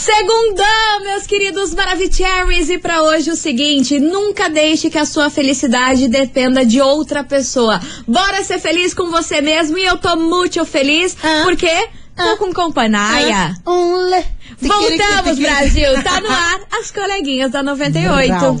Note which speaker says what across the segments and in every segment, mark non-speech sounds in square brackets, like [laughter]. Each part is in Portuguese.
Speaker 1: Segundão, meus queridos Maravicheries. E para hoje o seguinte: nunca deixe que a sua felicidade dependa de outra pessoa. Bora ser feliz com você mesmo. E eu tô muito feliz,
Speaker 2: Ah.
Speaker 1: porque tô com companhia.
Speaker 2: Um le...
Speaker 1: Voltamos,
Speaker 2: [laughs]
Speaker 1: Brasil! Tá no ar as coleguinhas da 98.
Speaker 2: Brau.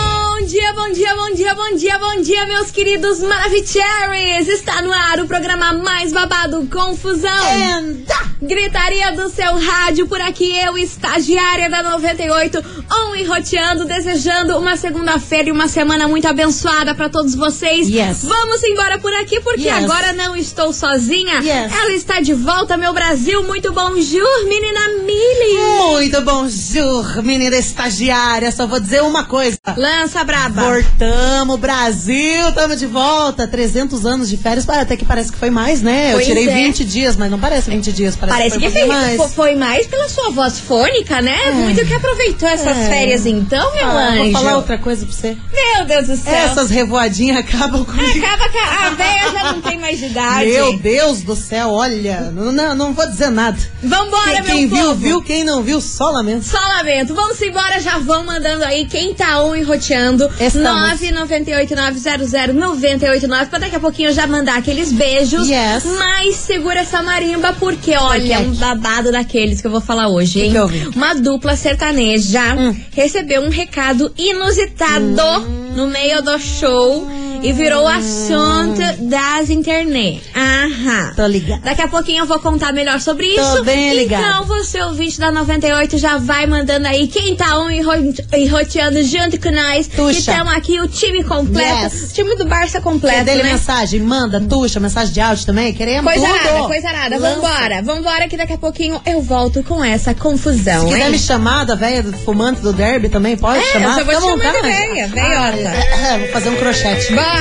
Speaker 1: dia, bom dia, bom dia, bom dia, bom dia, meus queridos Maravicheries! Está no ar o programa mais babado Confusão.
Speaker 2: É, Anda!
Speaker 1: Gritaria do seu rádio, por aqui eu, estagiária da 98, on e roteando, desejando uma segunda-feira e uma semana muito abençoada pra todos vocês.
Speaker 2: Yes.
Speaker 1: Vamos embora por aqui, porque
Speaker 2: Yes.
Speaker 1: agora não estou sozinha.
Speaker 2: Yes.
Speaker 1: Ela está de volta, meu Brasil, muito bom jur, menina Mili.
Speaker 2: Muito bom, Jur, menina estagiária. Só vou dizer uma coisa.
Speaker 1: Lança braba.
Speaker 2: Voltamos, Brasil, tamo de volta. 300 anos de férias, Ah, até que parece que foi mais, né? Eu
Speaker 1: Pois
Speaker 2: tirei
Speaker 1: é.
Speaker 2: 20 dias, mas não parece 20 dias, parece,
Speaker 1: Parece
Speaker 2: que
Speaker 1: que foi
Speaker 2: foi um pouquinho
Speaker 1: mais.
Speaker 2: mais.
Speaker 1: foi mais pela sua voz fônica, né? Muito que aproveitou essas
Speaker 2: É.
Speaker 1: férias então, meu
Speaker 2: Ah,
Speaker 1: anjo.
Speaker 2: vou falar outra coisa pra você.
Speaker 1: Meu Deus do céu.
Speaker 2: Essas revoadinhas acabam comigo.
Speaker 1: Acaba que a a véia já não tem mais de idade.
Speaker 2: Meu Deus do céu, olha, não, não, não vou dizer nada.
Speaker 1: Vambora,
Speaker 2: quem
Speaker 1: meu
Speaker 2: quem viu,
Speaker 1: povo.
Speaker 2: viu, quem não viu, só lamento.
Speaker 1: Só lamento. Vamos embora, já vão mandando aí quem tá on e roteando.
Speaker 2: Estamos.
Speaker 1: 998900989 pra daqui a pouquinho já mandar aqueles beijos.
Speaker 2: Yes.
Speaker 1: Mas segura essa marimba porque
Speaker 2: Porque
Speaker 1: olha, é um
Speaker 2: aqui.
Speaker 1: babado daqueles que eu vou falar hoje,
Speaker 2: Que Hum.
Speaker 1: hein?
Speaker 2: que houve?
Speaker 1: Uma dupla sertaneja recebeu um recado inusitado
Speaker 2: Hum.
Speaker 1: no meio do show. E virou assunto das internet. Aham.
Speaker 2: Tô ligada.
Speaker 1: Daqui a pouquinho eu vou contar melhor sobre
Speaker 2: Tô
Speaker 1: isso.
Speaker 2: bem ligada.
Speaker 1: Então, você ouvinte da 98 já vai mandando aí quem tá on e, ro e roteando junto com nós.
Speaker 2: Tuxa.
Speaker 1: Estamos aqui o time completo,
Speaker 2: Yes.
Speaker 1: o time do Barça
Speaker 2: É
Speaker 1: completo,
Speaker 2: dele
Speaker 1: né?
Speaker 2: mensagem, manda, tuxa, mensagem de áudio também, queremos
Speaker 1: Coisa
Speaker 2: tudo.
Speaker 1: arada, coisa arada.
Speaker 2: Lança.
Speaker 1: Vambora, vambora que daqui a pouquinho eu volto com essa confusão,
Speaker 2: Se quiser
Speaker 1: hein?
Speaker 2: me chamar da velha do fumante do derby também, pode
Speaker 1: É,
Speaker 2: chamar.
Speaker 1: eu só vou
Speaker 2: Fica à
Speaker 1: te chamar da
Speaker 2: vontade.
Speaker 1: véia, velhota.
Speaker 2: Ah, vou fazer um crochete.
Speaker 1: Bora!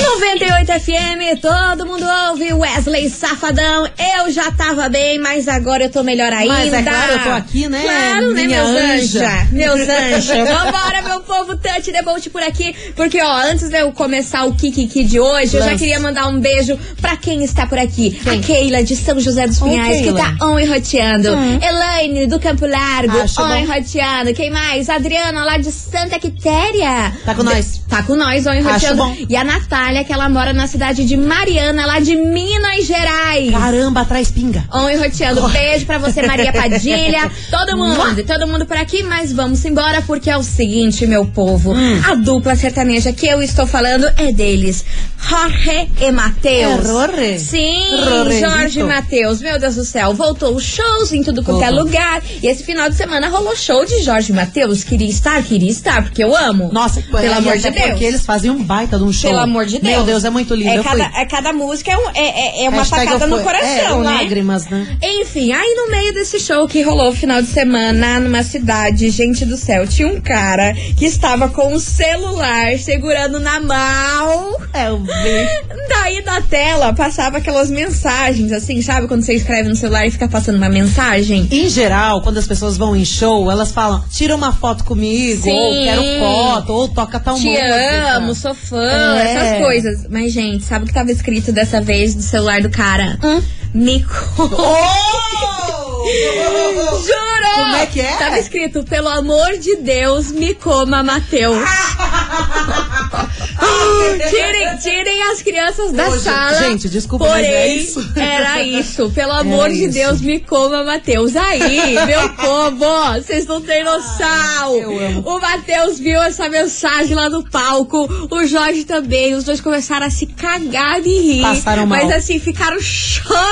Speaker 1: 98 FM, todo mundo ouve Wesley Safadão. Eu já tava bem, mas agora eu tô melhor ainda.
Speaker 2: Mas é claro, eu tô aqui, né,
Speaker 1: Claro, né,
Speaker 2: minha
Speaker 1: meus
Speaker 2: anja?
Speaker 1: anja?
Speaker 2: [laughs]
Speaker 1: Meus anja. Vambora, meu povo Touch the Bolt por aqui. Porque, ó, antes de eu começar o Kikiki de hoje, eu já
Speaker 2: Lance.
Speaker 1: queria mandar um beijo pra quem está por aqui. A Keila de São José dos
Speaker 2: Ô,
Speaker 1: Pinhais, que
Speaker 2: Keila.
Speaker 1: tá on e roteando. Elaine do Campo Largo,
Speaker 2: Acho
Speaker 1: on e
Speaker 2: bom.
Speaker 1: roteando. Quem mais? Adriana lá de Santa Quitéria.
Speaker 2: Tá com nós.
Speaker 1: Tá com nós, ó, enroteando.
Speaker 2: bom.
Speaker 1: E a Natália, que ela mora na cidade de Mariana, lá de Minas Gerais.
Speaker 2: Caramba, atrás pinga.
Speaker 1: On enroteando. Beijo pra você, Maria
Speaker 2: [laughs]
Speaker 1: Padilha. Todo mundo, todo mundo por aqui, mas vamos embora, porque é o seguinte, meu povo.
Speaker 2: Hum.
Speaker 1: A dupla sertaneja que eu estou falando é deles. Jorge e Matheus.
Speaker 2: É, Rorre.
Speaker 1: Sim,
Speaker 2: Rorrezito.
Speaker 1: Jorge e Matheus. Meu Deus do céu. Voltou os shows em tudo quanto é
Speaker 2: Voltou.
Speaker 1: lugar. E esse final de semana rolou show de Jorge e Matheus. Queria estar, queria estar, porque eu amo.
Speaker 2: Nossa,
Speaker 1: pelo
Speaker 2: e
Speaker 1: amor de
Speaker 2: até
Speaker 1: Deus.
Speaker 2: Porque eles fazem um baita de um show.
Speaker 1: Pelo amor de Deus.
Speaker 2: Meu Deus, é muito lindo.
Speaker 1: É
Speaker 2: eu fui.
Speaker 1: cada, é cada música é, um- é- é- é uma
Speaker 2: Hashtag
Speaker 1: facada
Speaker 2: eu
Speaker 1: no
Speaker 2: fui. É,
Speaker 1: coração,
Speaker 2: com
Speaker 1: né?
Speaker 2: lágrimas, né?
Speaker 1: Enfim, aí no meio desse show que rolou final de semana numa cidade, gente do céu, tinha um cara que estava com o celular segurando na mão.
Speaker 2: É, eu vi.
Speaker 1: Daí da tela passava aquelas mensagens, assim, sabe? Quando você escreve no celular e fica passando uma mensagem.
Speaker 2: Em geral, quando as pessoas vão em show, elas falam, tira uma foto comigo,
Speaker 1: Sim.
Speaker 2: ou quero foto, ou toca tal
Speaker 1: Te
Speaker 2: música.
Speaker 1: amo, sou fã,
Speaker 2: É.
Speaker 1: essas coisas. Mas, gente, sabe o que tava escrito dessa vez no celular do cara?
Speaker 2: Hum?
Speaker 1: Me conta. [laughs]
Speaker 2: Oh!
Speaker 1: Juro!
Speaker 2: Como é que é?
Speaker 1: Tava escrito, pelo amor de Deus, me coma, Matheus.
Speaker 2: [laughs]
Speaker 1: tirem, tirem as crianças da
Speaker 2: Ô, gente,
Speaker 1: sala.
Speaker 2: gente, desculpa, mas
Speaker 1: Porém,
Speaker 2: é isso? É
Speaker 1: era isso.
Speaker 2: [laughs]
Speaker 1: Pelo amor de
Speaker 2: isso.
Speaker 1: Deus, me coma, Matheus. Aí,
Speaker 2: [laughs]
Speaker 1: meu povo, vocês não têm noção.
Speaker 2: eu amo.
Speaker 1: O Matheus viu essa mensagem lá no palco. O Jorge também. Os dois começaram a se cagar de rir.
Speaker 2: Passaram mal.
Speaker 1: Mas assim, ficaram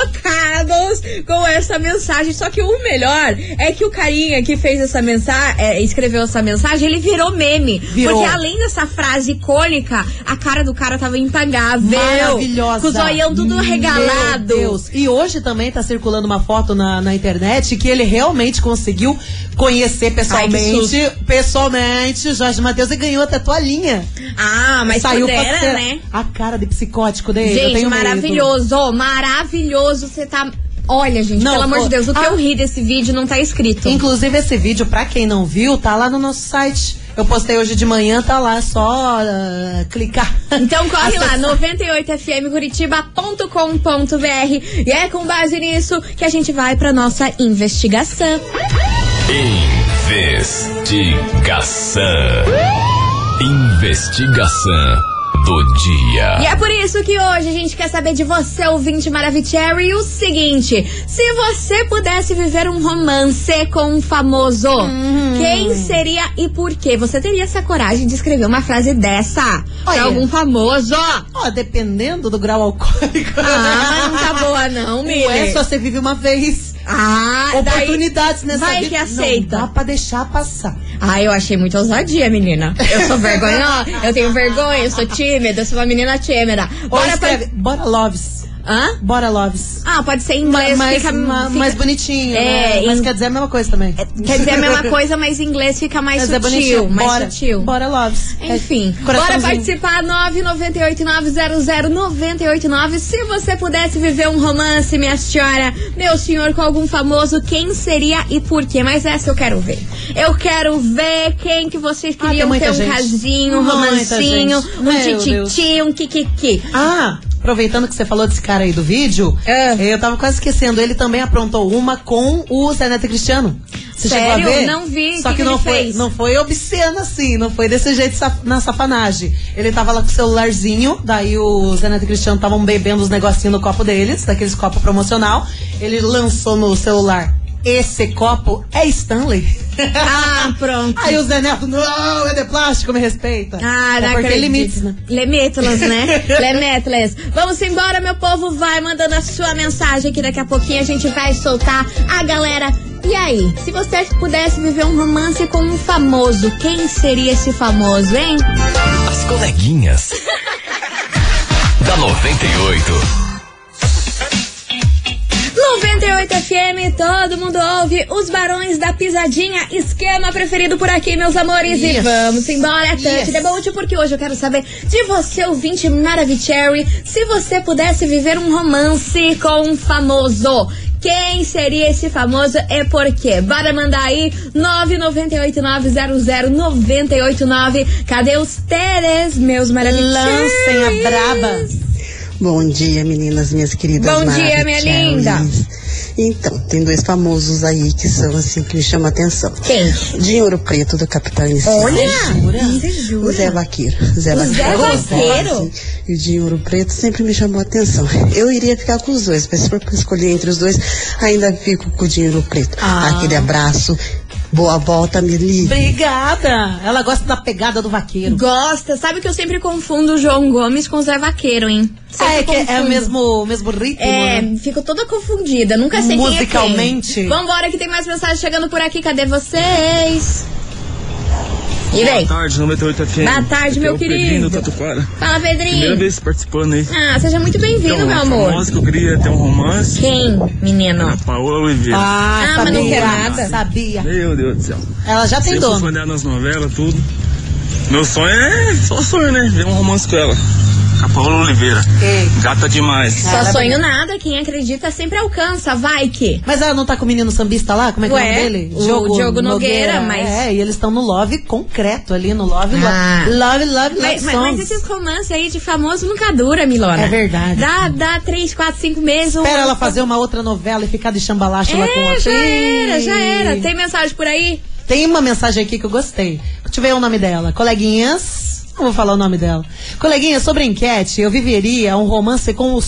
Speaker 1: chocados com essa mensagem. Só que o melhor é que o carinha que fez essa é, mensagem, escreveu essa mensagem, ele virou meme.
Speaker 2: Virou.
Speaker 1: Porque além dessa frase icônica, a cara do cara tava impagável.
Speaker 2: Maravilhosa.
Speaker 1: Com o zoião tudo regalado.
Speaker 2: Meu Deus. E hoje também tá circulando uma foto na, na internet que ele realmente conseguiu conhecer pessoalmente. pessoalmente, Jorge Matheus e ganhou até toalhinha.
Speaker 1: Ah, mas
Speaker 2: Saiu
Speaker 1: pudera,
Speaker 2: pra ser-
Speaker 1: né?
Speaker 2: A cara de psicótico dele. eu
Speaker 1: Gente,
Speaker 2: tenho medo.
Speaker 1: maravilhoso, ó, maravilhoso. Você tá. Olha, gente,
Speaker 2: Não,
Speaker 1: pelo amor
Speaker 2: ó,
Speaker 1: de Deus, o que
Speaker 2: ah. Então,
Speaker 1: eu ri desse vídeo não tá escrito.
Speaker 2: Inclusive, esse vídeo, pra quem não viu, tá lá no nosso site. Eu postei hoje de manhã, tá lá, é só ah, clicar. [laughs]
Speaker 1: Então corre lá,
Speaker 2: Acessar.
Speaker 1: 98fmcuritiba.com.br. E é com base nisso que a gente vai pra nossa investigação.
Speaker 3: Investigação. Investigação do
Speaker 1: E
Speaker 3: dia.
Speaker 1: é por isso que hoje a gente quer saber de você, ouvinte Maravicherry, o seguinte: se você pudesse viver um romance com um famoso, quem seria e por quê? Você teria essa coragem de escrever uma frase dessa pra
Speaker 2: Olha.
Speaker 1: algum famoso?
Speaker 2: Ó, dependendo do grau alcoólico.
Speaker 1: Ah, não tá
Speaker 2: [laughs]
Speaker 1: é. boa não, Mili.
Speaker 2: Ué, só você vive uma vez.
Speaker 1: Ah, daí...
Speaker 2: Oportunidades nessa
Speaker 1: vai
Speaker 2: vida.
Speaker 1: que aceita.
Speaker 2: Não dá pra deixar passar.
Speaker 1: Ah, eu achei muito ousadia, menina. Eu [laughs] sou vergonhosa, eu tenho vergonha, eu sou tímida, eu sou uma menina tímida.
Speaker 2: Ou
Speaker 1: Bora pra...
Speaker 2: escreve, Bora Loves.
Speaker 1: Hã?
Speaker 2: Bora Loves.
Speaker 1: Ah, pode ser em inglês,
Speaker 2: mais,
Speaker 1: fica,
Speaker 2: ma-
Speaker 1: fica-
Speaker 2: mais bonitinho,
Speaker 1: É,
Speaker 2: né? Mas
Speaker 1: em- É,
Speaker 2: quer dizer a mesma coisa também.
Speaker 1: Quer dizer a
Speaker 2: [laughs]
Speaker 1: mesma coisa, mas em inglês fica mais
Speaker 2: Mas é
Speaker 1: sutil.
Speaker 2: bonitinho.
Speaker 1: mais
Speaker 2: bora,
Speaker 1: sutil.
Speaker 2: Bora Loves.
Speaker 1: Enfim,
Speaker 2: É,
Speaker 1: bora
Speaker 2: coraçãozinho.
Speaker 1: participar 998-900-989. Se você pudesse viver um romance, minha senhora, meu senhor, com algum famoso, quem seria e por quê? Mas essa eu quero ver. Eu quero ver quem que vocês
Speaker 2: Ah, tem
Speaker 1: queriam ter
Speaker 2: muita
Speaker 1: um
Speaker 2: gente.
Speaker 1: casinho, um
Speaker 2: Muita
Speaker 1: romancinho,
Speaker 2: gente.
Speaker 1: um
Speaker 2: Meu
Speaker 1: tititi, um
Speaker 2: [laughs]
Speaker 1: kikiki.
Speaker 2: Ah, aproveitando que você falou desse cara aí do vídeo,
Speaker 1: É.
Speaker 2: eu tava quase esquecendo. Ele também aprontou uma com o Zé Neto e Cristiano. Você
Speaker 1: Sério?
Speaker 2: chegou a ver?
Speaker 1: Não vi.
Speaker 2: Só
Speaker 1: Que
Speaker 2: que,
Speaker 1: que
Speaker 2: não,
Speaker 1: ele
Speaker 2: foi,
Speaker 1: fez?
Speaker 2: não foi obsceno assim, não foi desse jeito saf- na safanagem. Ele tava lá com o celularzinho, daí o Zé Neto e Cristiano estavam bebendo os negocinhos no copo deles, daqueles copos promocional. Ele lançou no celular. Esse copo é Stanley. [laughs]
Speaker 1: Ah, pronto.
Speaker 2: Aí o Zé Neto, não, é de plástico, me respeita.
Speaker 1: Ah,
Speaker 2: é
Speaker 1: não
Speaker 2: porque
Speaker 1: acredito.
Speaker 2: tem limites, né?
Speaker 1: Limitless, né? Limitless. Vamos embora, meu povo. Vai mandando a sua mensagem que daqui a pouquinho a gente vai soltar a galera. E aí, se você pudesse viver um romance com um famoso, quem seria esse famoso, hein?
Speaker 3: As coleguinhas. da 98.
Speaker 1: 98 FM, todo mundo ouve os Barões da Pisadinha, esquema preferido por aqui, meus amores. E
Speaker 2: Yes.
Speaker 1: vamos embora, Touch
Speaker 2: Yes.
Speaker 1: the Boat, porque hoje eu quero saber de você, ouvinte Maravicherry, se você pudesse viver um romance com um famoso. Quem seria esse famoso e por quê? Bora mandar aí 998900989. Cadê os Teres, meus maravilhosos?
Speaker 2: Lancem a braba.
Speaker 4: Bom dia, meninas, minhas queridas.
Speaker 1: Bom dia, minha
Speaker 4: Maravicheries.
Speaker 1: linda.
Speaker 4: Então, tem dois famosos aí que são assim que me chamam a atenção.
Speaker 1: Quem?
Speaker 4: De Ouro Preto do Capitalista.
Speaker 1: Olha! Você
Speaker 4: O
Speaker 1: jura?
Speaker 4: Zé Vaqueiro. O Zé
Speaker 1: O Zé Vaqueiro?
Speaker 4: assim, E o de Ouro Preto sempre me chamou a atenção. Eu iria ficar com os dois, mas se for pra escolher entre os dois, ainda fico com o de Ouro Preto.
Speaker 2: Ah.
Speaker 4: Aquele abraço. Boa volta, me livre.
Speaker 2: Obrigada! Ela gosta da pegada do vaqueiro.
Speaker 1: Gosta, sabe que eu sempre confundo o João Gomes com o Zé Vaqueiro, hein?
Speaker 2: Ah,
Speaker 1: Sempre
Speaker 2: é, que é o
Speaker 1: confundo.
Speaker 2: mesmo, o mesmo ritmo,
Speaker 1: É,
Speaker 2: né?
Speaker 1: fico toda confundida, nunca sei quem é quem.
Speaker 2: Musicalmente.
Speaker 1: Vambora que tem mais mensagem chegando por aqui, cadê vocês? E vem,
Speaker 5: Boa tarde, 98 FM.
Speaker 1: Boa tarde,
Speaker 5: Aqui
Speaker 1: meu
Speaker 5: é o
Speaker 1: querido.
Speaker 5: Pedrinho do Tatuquara.
Speaker 1: fala
Speaker 5: Primeira
Speaker 1: Pedrinho.
Speaker 5: vez participando aí.
Speaker 1: Ah, seja muito bem-vindo,
Speaker 5: Então,
Speaker 1: meu amor.
Speaker 5: famoso que eu queria ter um romance.
Speaker 1: Quem, menino?
Speaker 5: Paola Oliveira.
Speaker 1: Ah, mas não quer nada.
Speaker 2: Sabia.
Speaker 5: Meu Deus do céu.
Speaker 2: Ela já tem
Speaker 5: Eu sou
Speaker 2: dono.
Speaker 5: fã dela nas novelas, tudo. Meu sonho é só sonho, né? Ver um romance com ela. A Paola Oliveira.
Speaker 1: É.
Speaker 2: Ei.
Speaker 5: Gata demais.
Speaker 1: Só
Speaker 2: Parabéns.
Speaker 1: sonho nada, quem acredita sempre alcança, vai que.
Speaker 2: Mas ela não tá com o menino sambista lá? Como é que
Speaker 1: Ué,
Speaker 2: é o nome dele?
Speaker 1: o Diogo Nogueira, mas-
Speaker 2: É, e eles estão no love concreto ali, no love, lo-
Speaker 1: Ah.
Speaker 2: love, love, love
Speaker 1: Mas, mas- mas
Speaker 2: songs.
Speaker 1: esses romances aí de famoso nunca dura, Milona.
Speaker 2: É verdade.
Speaker 1: Dá, dá três, quatro, cinco meses. um
Speaker 2: Espera
Speaker 1: ano,
Speaker 2: ela fazer uma outra novela e ficar de chambalacha lá com
Speaker 1: É,
Speaker 2: outra.
Speaker 1: já era, já era.
Speaker 2: Ih.
Speaker 1: Tem mensagem por aí?
Speaker 2: Tem uma mensagem aqui que eu gostei. Deixa eu ver o nome dela. Coleguinhas. Não vou falar o nome dela. Coleguinha, sobre a enquete, eu viveria um romance com o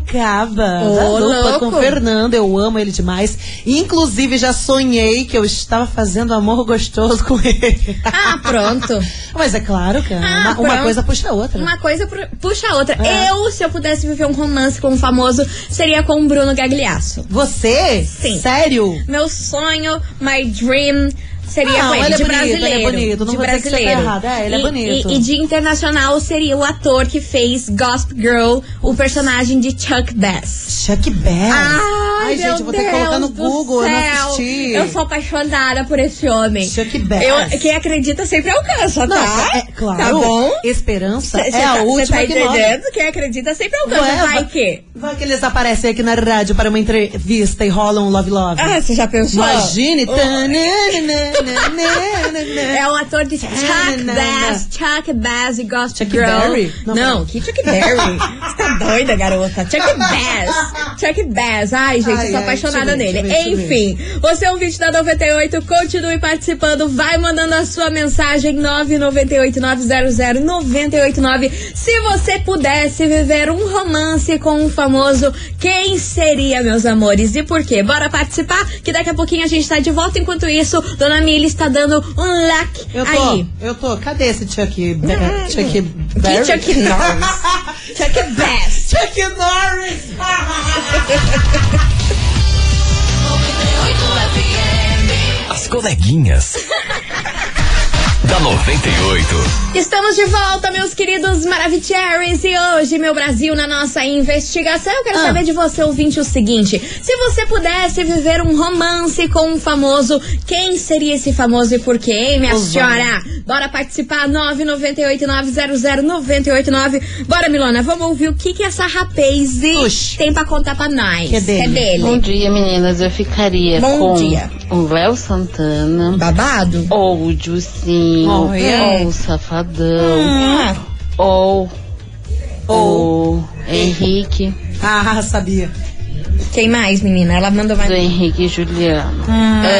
Speaker 2: Sorocaba.
Speaker 1: Ô,
Speaker 2: da dupla
Speaker 1: louco.
Speaker 2: com o Fernando. Eu amo ele demais. Inclusive, já sonhei que eu estava fazendo amor gostoso com ele. [laughs]
Speaker 1: Ah, pronto.
Speaker 2: Mas é claro, cara.
Speaker 1: Ah,
Speaker 2: uma, uma
Speaker 1: pronto.
Speaker 2: coisa puxa a outra.
Speaker 1: Uma coisa pro- puxa a outra.
Speaker 2: É.
Speaker 1: Eu, se eu pudesse viver um romance com um famoso, seria com o Bruno Gagliasso.
Speaker 2: Você?
Speaker 1: Sim.
Speaker 2: Sério?
Speaker 1: Meu sonho, my dream, seria
Speaker 2: Não,
Speaker 1: com ele,
Speaker 2: ele é
Speaker 1: de
Speaker 2: bonito, ele é
Speaker 1: brasileiro.
Speaker 2: bonito, não
Speaker 1: de
Speaker 2: vou dizer que você tá
Speaker 1: brasileiro.
Speaker 2: errada, é, ele é
Speaker 1: E-
Speaker 2: bonito.
Speaker 1: E, e de internacional seria o ator que fez Gossip Girl, o personagem de Chuck Bass.
Speaker 2: Chuck Bass.
Speaker 1: Ai,
Speaker 2: Ai,
Speaker 1: meu
Speaker 2: gente, eu vou ter que colocar no
Speaker 1: Deus do
Speaker 2: Google, eu
Speaker 1: céu.
Speaker 2: não assisti.
Speaker 1: Eu sou apaixonada por esse homem.
Speaker 2: Chuck Bass.
Speaker 1: Eu- quem acredita sempre alcança,
Speaker 2: Não,
Speaker 1: tá?
Speaker 2: é claro.
Speaker 1: Tá bom?
Speaker 2: Esperança
Speaker 1: Cê- cê
Speaker 2: é
Speaker 1: tá-
Speaker 2: a
Speaker 1: cê
Speaker 2: última
Speaker 1: tá
Speaker 2: que é, morre.
Speaker 1: entendendo? Quem acredita sempre alcança.
Speaker 2: Ué,
Speaker 1: vai
Speaker 2: vai-
Speaker 1: que?
Speaker 2: Vai que eles aparecem aqui na rádio para uma entrevista e rolam um Love Love.
Speaker 1: Ah, você já pensou?
Speaker 2: Imagine. né,
Speaker 1: O- É o ator de Chuck
Speaker 2: não,
Speaker 1: Bass, Chuck Bass e Gossip
Speaker 2: Chuck
Speaker 1: Girl.
Speaker 2: Berry?
Speaker 1: Não,
Speaker 2: Não,
Speaker 1: que Chuck Berry? Você tá doida, garota?
Speaker 2: [laughs]
Speaker 1: Chuck Bass. Chuck Bass. Ai, gente,
Speaker 2: Ai,
Speaker 1: eu sou
Speaker 2: ai,
Speaker 1: apaixonada nele.
Speaker 2: deixa eu ver, deixa eu ver,
Speaker 1: Enfim, você é um vídeo da 98, continue participando, vai mandando a sua mensagem 998-900-989. Se você pudesse viver um romance com um famoso, quem seria, meus amores? E por quê? Bora participar, que daqui a pouquinho a gente tá de volta. Enquanto isso, Dona Mili está dando um like
Speaker 2: Eu tô,
Speaker 1: aí. Ah.
Speaker 2: eu tô. Cadê esse Chuck Ba- Chuck
Speaker 1: Que
Speaker 2: Berry?
Speaker 1: Chuck Norris.
Speaker 2: [laughs]
Speaker 1: Chuck Bass.
Speaker 2: Chuck Norris!
Speaker 3: As coleguinhas. da 98.
Speaker 1: Estamos de volta, meus queridos Maravicheries. E hoje, meu Brasil, na nossa investigação, eu quero
Speaker 2: Ah.
Speaker 1: saber de você, ouvinte, o seguinte: se você pudesse viver um romance com um famoso, quem seria esse famoso e por quê, hein, minha
Speaker 2: Os
Speaker 1: senhora? Bora participar, 998-900-989. Bora, Milona, vamos ouvir o que, que essa rapaz
Speaker 2: Oxi.
Speaker 1: tem pra contar pra nós.
Speaker 2: Que é dele.
Speaker 1: Que
Speaker 6: Bom dia, meninas. Eu ficaria
Speaker 1: Bom
Speaker 6: com
Speaker 1: dia.
Speaker 6: o Léo Santana,
Speaker 1: Babado?
Speaker 6: ou o Jucinho,
Speaker 2: Olha.
Speaker 6: ou o Safadão,
Speaker 1: Ah,
Speaker 6: ou, o Henrique,
Speaker 2: Ah, sabia.
Speaker 1: Quem mais, menina? Ela mandou mais.
Speaker 6: do Henrique e Juliano.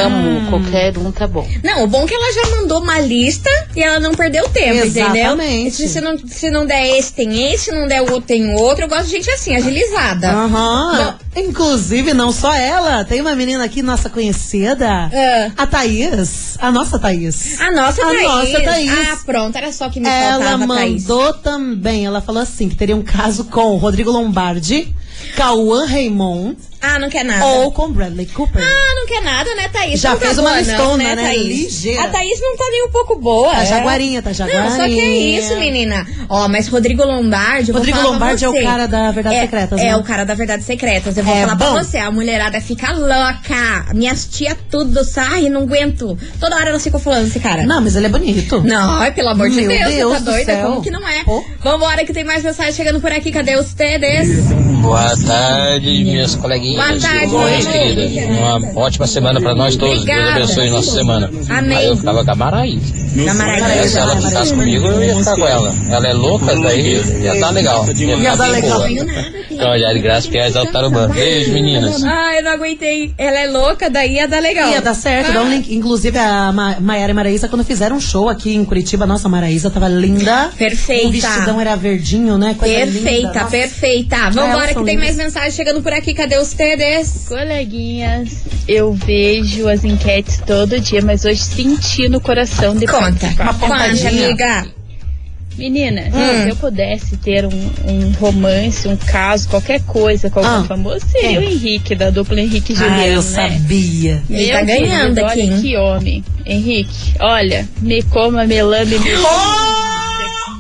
Speaker 6: Amo, qualquer um tá bom.
Speaker 1: Não, o bom é que ela já mandou uma lista e ela não perdeu tempo, entendeu?
Speaker 2: Exatamente.
Speaker 1: E Se, se, não, se não der esse, tem esse, se não der o outro, tem o outro. Eu gosto de gente assim, agilizada.
Speaker 2: Ah. Aham. Inclusive, não só ela. Tem uma menina aqui, nossa conhecida.
Speaker 1: É.
Speaker 2: A Thaís. A nossa Thaís.
Speaker 1: A nossa
Speaker 2: A
Speaker 1: Thaís.
Speaker 2: nossa Thaís.
Speaker 1: Ah, pronto, era só que me
Speaker 2: Ela
Speaker 1: faltava, Thaís.
Speaker 2: mandou também. Ela falou assim: que teria um caso com Rodrigo Lombardi, Cauã Raymond
Speaker 1: Ah, não quer nada.
Speaker 2: ou com Bradley Cooper.
Speaker 1: Ah, não quer nada, né, Thaís?
Speaker 2: Já
Speaker 1: Não tá
Speaker 2: fez uma
Speaker 1: boa, não,
Speaker 2: listona, né?
Speaker 1: Thaís?
Speaker 2: Ligeira.
Speaker 1: A Thaís não tá nem um pouco boa.
Speaker 2: Tá
Speaker 1: é.
Speaker 2: jaguarinha, tá
Speaker 1: Não,
Speaker 2: jaguarinha.
Speaker 1: só que é isso, menina. Ó, mas Rodrigo Lombardi. eu vou
Speaker 2: Rodrigo
Speaker 1: falar pra
Speaker 2: Lombardi é o
Speaker 1: você.
Speaker 2: cara da Verdades
Speaker 1: é,
Speaker 2: Secretas,
Speaker 1: É,
Speaker 2: né?
Speaker 1: o cara da Verdades Secretas. Eu vou
Speaker 2: É
Speaker 1: falar pra
Speaker 2: bom.
Speaker 1: você. A mulherada fica louca. Minhas tia tudo, sai, não aguento. Toda hora elas ficam falando desse cara.
Speaker 2: Não, mas ele é bonito.
Speaker 1: Não, ai, pelo amor de
Speaker 2: Meu
Speaker 1: Deus,
Speaker 2: Deus
Speaker 1: você
Speaker 2: do
Speaker 1: tá doida?
Speaker 2: céu.
Speaker 1: Como que não é?
Speaker 2: Pô.
Speaker 1: Vambora, que tem mais mensagem chegando por aqui. Cadê os TDs?
Speaker 7: Boa tarde, minhas coleguinhas.
Speaker 1: Boa tarde,
Speaker 7: Tudo bem,
Speaker 1: meu
Speaker 7: querida? Uma ótima semana pra nós todos.
Speaker 1: Obrigada.
Speaker 7: Deus abençoe nossa semana.
Speaker 1: Amém.
Speaker 7: Aí eu ficava com a Maraísa.
Speaker 1: Na
Speaker 5: é
Speaker 1: Maraísa.
Speaker 7: Aí, se ela
Speaker 5: um
Speaker 7: ficasse comigo, eu ia ficar com ela. Ela é louca, daí ia tá legal.
Speaker 2: Ia
Speaker 7: Ia
Speaker 2: tá
Speaker 7: tá bem
Speaker 2: legal.
Speaker 7: boa. Então, já de graça, fiéis ao Tarubã. Beijo, meninas.
Speaker 1: Ai, eu não aguentei. Ela é louca, daí ia dar legal.
Speaker 2: Ia dar certo,
Speaker 1: Ah.
Speaker 2: dá um link. Inclusive, a Ma Maiara e Maraísa, quando fizeram um show aqui em Curitiba, nossa, a Maraísa tava linda.
Speaker 1: Perfeita.
Speaker 2: O vestidão era verdinho, né? Coisa linda.
Speaker 1: Perfeita,
Speaker 2: Nossa.
Speaker 1: perfeita. Vambora,
Speaker 2: elas
Speaker 1: que
Speaker 2: são
Speaker 1: tem mais
Speaker 2: lindas.
Speaker 1: mensagem chegando por aqui. Cadê os TDs?
Speaker 8: Coleguinhas, eu vejo as enquetes todo dia, mas hoje senti no coração de
Speaker 1: Conta.
Speaker 8: participar.
Speaker 1: Conta, amiga.
Speaker 8: Menina,
Speaker 1: Hum.
Speaker 8: se eu pudesse ter um, um romance, um caso, qualquer coisa com algum
Speaker 2: Ah.
Speaker 8: famoso, seria o Henrique, da dupla Henrique e Juliano.
Speaker 2: Ah, eu
Speaker 8: né?
Speaker 2: sabia.
Speaker 1: Ele
Speaker 8: Meu
Speaker 1: tá
Speaker 8: querido,
Speaker 1: ganhando aqui,
Speaker 8: Olha
Speaker 1: hein?
Speaker 8: que homem. Henrique, olha, me coma, me lame, me
Speaker 1: Oh!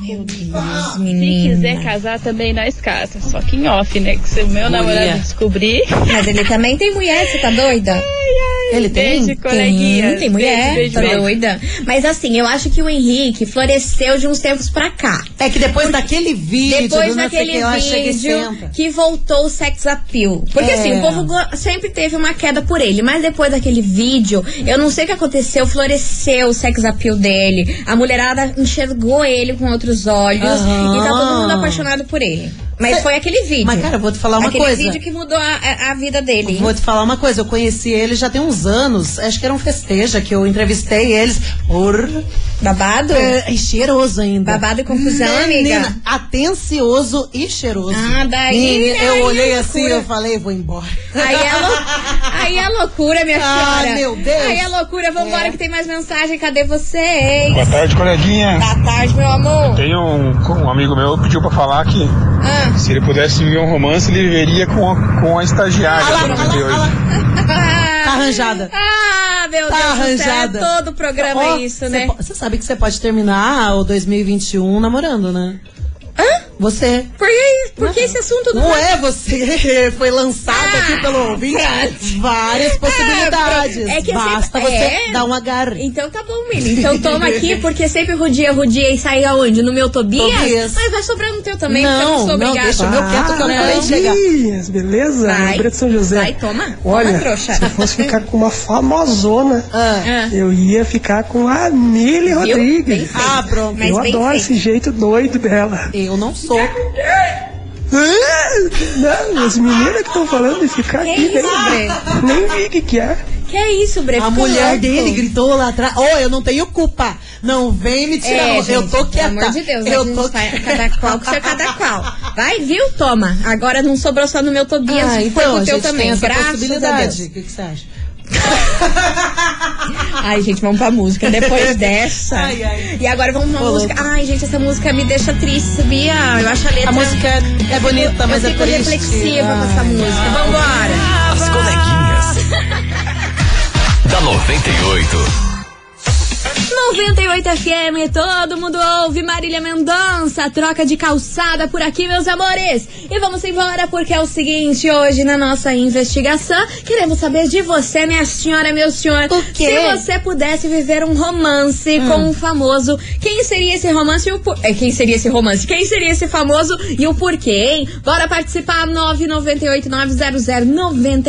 Speaker 1: Meu Deus,
Speaker 8: Se quiser
Speaker 1: menina.
Speaker 8: casar também nós casa, só que em off, né? Que se o meu
Speaker 2: Olha.
Speaker 8: namorado descobrir.
Speaker 1: Mas ele também tem mulher, você tá doida?
Speaker 2: Ele tem?
Speaker 8: Beijo, coleguinhas.
Speaker 1: Tem, tem mulher,
Speaker 8: Beijo,
Speaker 1: tá
Speaker 8: beijo, beijo.
Speaker 1: doida. Mas assim, eu acho que o Henrique floresceu de uns tempos pra cá.
Speaker 2: É que depois daquele vídeo,
Speaker 1: Depois
Speaker 2: do não sei
Speaker 1: daquele
Speaker 2: que, eu achei que
Speaker 1: vídeo
Speaker 2: senta.
Speaker 1: que voltou o sex appeal. Porque
Speaker 2: É.
Speaker 1: assim, o povo go- sempre teve uma queda por ele. Mas depois daquele vídeo, eu não sei o que aconteceu, floresceu o sex appeal dele. A mulherada enxergou ele com outros olhos.
Speaker 2: Aham.
Speaker 1: E tá todo mundo apaixonado por ele. Mas
Speaker 2: Ah. Cê-
Speaker 1: foi aquele vídeo.
Speaker 2: Mas, cara, eu vou te falar uma
Speaker 1: aquele
Speaker 2: coisa.
Speaker 1: vídeo que mudou a, a- a vida dele. hein?
Speaker 2: Vou te falar uma coisa, eu conheci ele já tem uns anos. Acho que era um festeja que eu entrevistei eles. Por...
Speaker 1: Babado?
Speaker 2: É, e cheiroso ainda.
Speaker 1: Babado e confusão, é, amiga.
Speaker 2: Atencioso e cheiroso.
Speaker 1: Ah, daí-
Speaker 2: Menina,
Speaker 1: aí
Speaker 2: eu olhei
Speaker 1: é
Speaker 2: assim
Speaker 1: loucura.
Speaker 2: eu falei, vou embora.
Speaker 1: Aí é,
Speaker 2: [laughs]
Speaker 1: lou- aí é loucura, minha
Speaker 2: Ah,
Speaker 1: senhora.
Speaker 2: meu Deus.
Speaker 1: Aí é loucura. Vambora
Speaker 2: É.
Speaker 1: que tem mais mensagem. Cadê vocês?
Speaker 9: Boa tarde, coleguinha.
Speaker 1: Boa tarde, meu amor.
Speaker 9: Tem um, um amigo meu que pediu pra falar que
Speaker 1: Ah.
Speaker 9: se ele pudesse viver um romance, ele viveria com a, com a estagiária.
Speaker 2: Ah lá,
Speaker 9: pelo amor
Speaker 2: ah
Speaker 9: de
Speaker 2: lá,
Speaker 9: Deus.
Speaker 2: ah lá. Tá arranjada.
Speaker 1: Ah, meu
Speaker 2: Tá
Speaker 1: Deus
Speaker 2: arranjada.
Speaker 1: do céu. Todo programa
Speaker 2: Ó,
Speaker 1: é isso,
Speaker 2: cê
Speaker 1: né?
Speaker 2: po- Você sabe que você pode terminar o 2021 namorando, né? Hã? Você.
Speaker 1: Por que, por que esse assunto não
Speaker 2: Ué, você [laughs] foi lançada
Speaker 1: Ah,
Speaker 2: aqui pelo ouvinte. Várias possibilidades.
Speaker 1: É, é que eu
Speaker 2: Basta
Speaker 1: sempre-
Speaker 2: você
Speaker 1: é.
Speaker 2: dar um agarre.
Speaker 1: Então tá bom, Mili. Então toma
Speaker 2: [laughs]
Speaker 1: aqui, porque sempre rodia, rodia e sai aonde? No meu Tobias?
Speaker 2: Tobias.
Speaker 1: Mas vai sobrar no teu também,
Speaker 2: Não,
Speaker 1: porque eu não sou
Speaker 2: não,
Speaker 1: obrigada.
Speaker 2: deixa o meu quieto que eu acabei de chegar.
Speaker 10: Dias, beleza?
Speaker 1: Vai.
Speaker 10: Gabriel de São José.
Speaker 1: Vai, toma.
Speaker 10: Olha,
Speaker 1: Toma, trouxa. Ah.
Speaker 10: se eu fosse ficar com uma famosona,
Speaker 2: Ah.
Speaker 10: eu ia ficar com a Mili
Speaker 2: Viu?
Speaker 10: Rodrigues.
Speaker 2: Ah, pronto.
Speaker 10: eu adoro esse jeito doido dela.
Speaker 2: Eu não sou.
Speaker 10: Não, as meninas que estão falando de ficar
Speaker 1: Que
Speaker 10: aqui,
Speaker 1: isso, Bre?
Speaker 2: [laughs]
Speaker 10: nem, nem vi o que, que é.
Speaker 1: Que é isso, Bre?
Speaker 2: A
Speaker 1: Fica
Speaker 2: mulher
Speaker 1: louco.
Speaker 2: dele gritou lá atrás. Ô, eu não tenho culpa. Não vem me tirar.
Speaker 1: É,
Speaker 2: eu
Speaker 1: gente,
Speaker 2: tô
Speaker 1: pelo
Speaker 2: quieta.
Speaker 1: amor de Deus, a
Speaker 2: eu
Speaker 1: gente
Speaker 2: tô
Speaker 1: vai- cada qual com seu cada qual. Vai, viu? Toma. Agora não sobrou só no meu Tobias,
Speaker 2: Ah,
Speaker 1: foi
Speaker 2: então,
Speaker 1: pro
Speaker 2: a
Speaker 1: teu
Speaker 2: gente tem
Speaker 1: também.
Speaker 2: essa
Speaker 1: Graças a
Speaker 2: possibilidade.
Speaker 1: Deus.
Speaker 2: O que, que você acha?
Speaker 1: Ai, gente, vamos pra música
Speaker 2: [laughs]
Speaker 1: depois dessa.
Speaker 2: Ai, ai.
Speaker 1: E agora vamos pra
Speaker 2: Ô,
Speaker 1: uma música. Ai, gente, essa música me deixa triste, sabia? Eu acho a letra.
Speaker 2: A música é bonita,
Speaker 1: eu,
Speaker 2: mas
Speaker 1: eu
Speaker 2: é
Speaker 1: fico
Speaker 2: triste.
Speaker 1: reflexiva com essa música. Vambora!
Speaker 3: As coleguinhas. da 98.
Speaker 1: 98 FM, todo mundo ouve Marília Mendonça, troca de calçada por aqui, meus amores. E vamos embora porque é o seguinte, hoje na nossa investigação, queremos saber de você, minha senhora, meu senhor.
Speaker 2: O quê? Hum.
Speaker 1: Se você pudesse viver um romance com um famoso, quem seria esse romance e o por... é, quem seria esse romance? Quem seria esse famoso e o porquê, hein? Bora participar 998 900